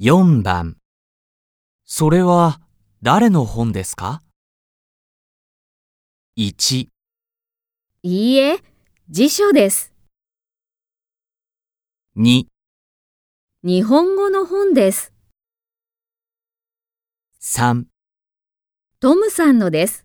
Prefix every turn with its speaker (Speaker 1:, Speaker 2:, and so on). Speaker 1: 4番それは誰の本ですか ?1、
Speaker 2: いいえ、辞書です。
Speaker 1: 2、
Speaker 2: 日本語の本です。
Speaker 1: 3
Speaker 2: トムさんのです。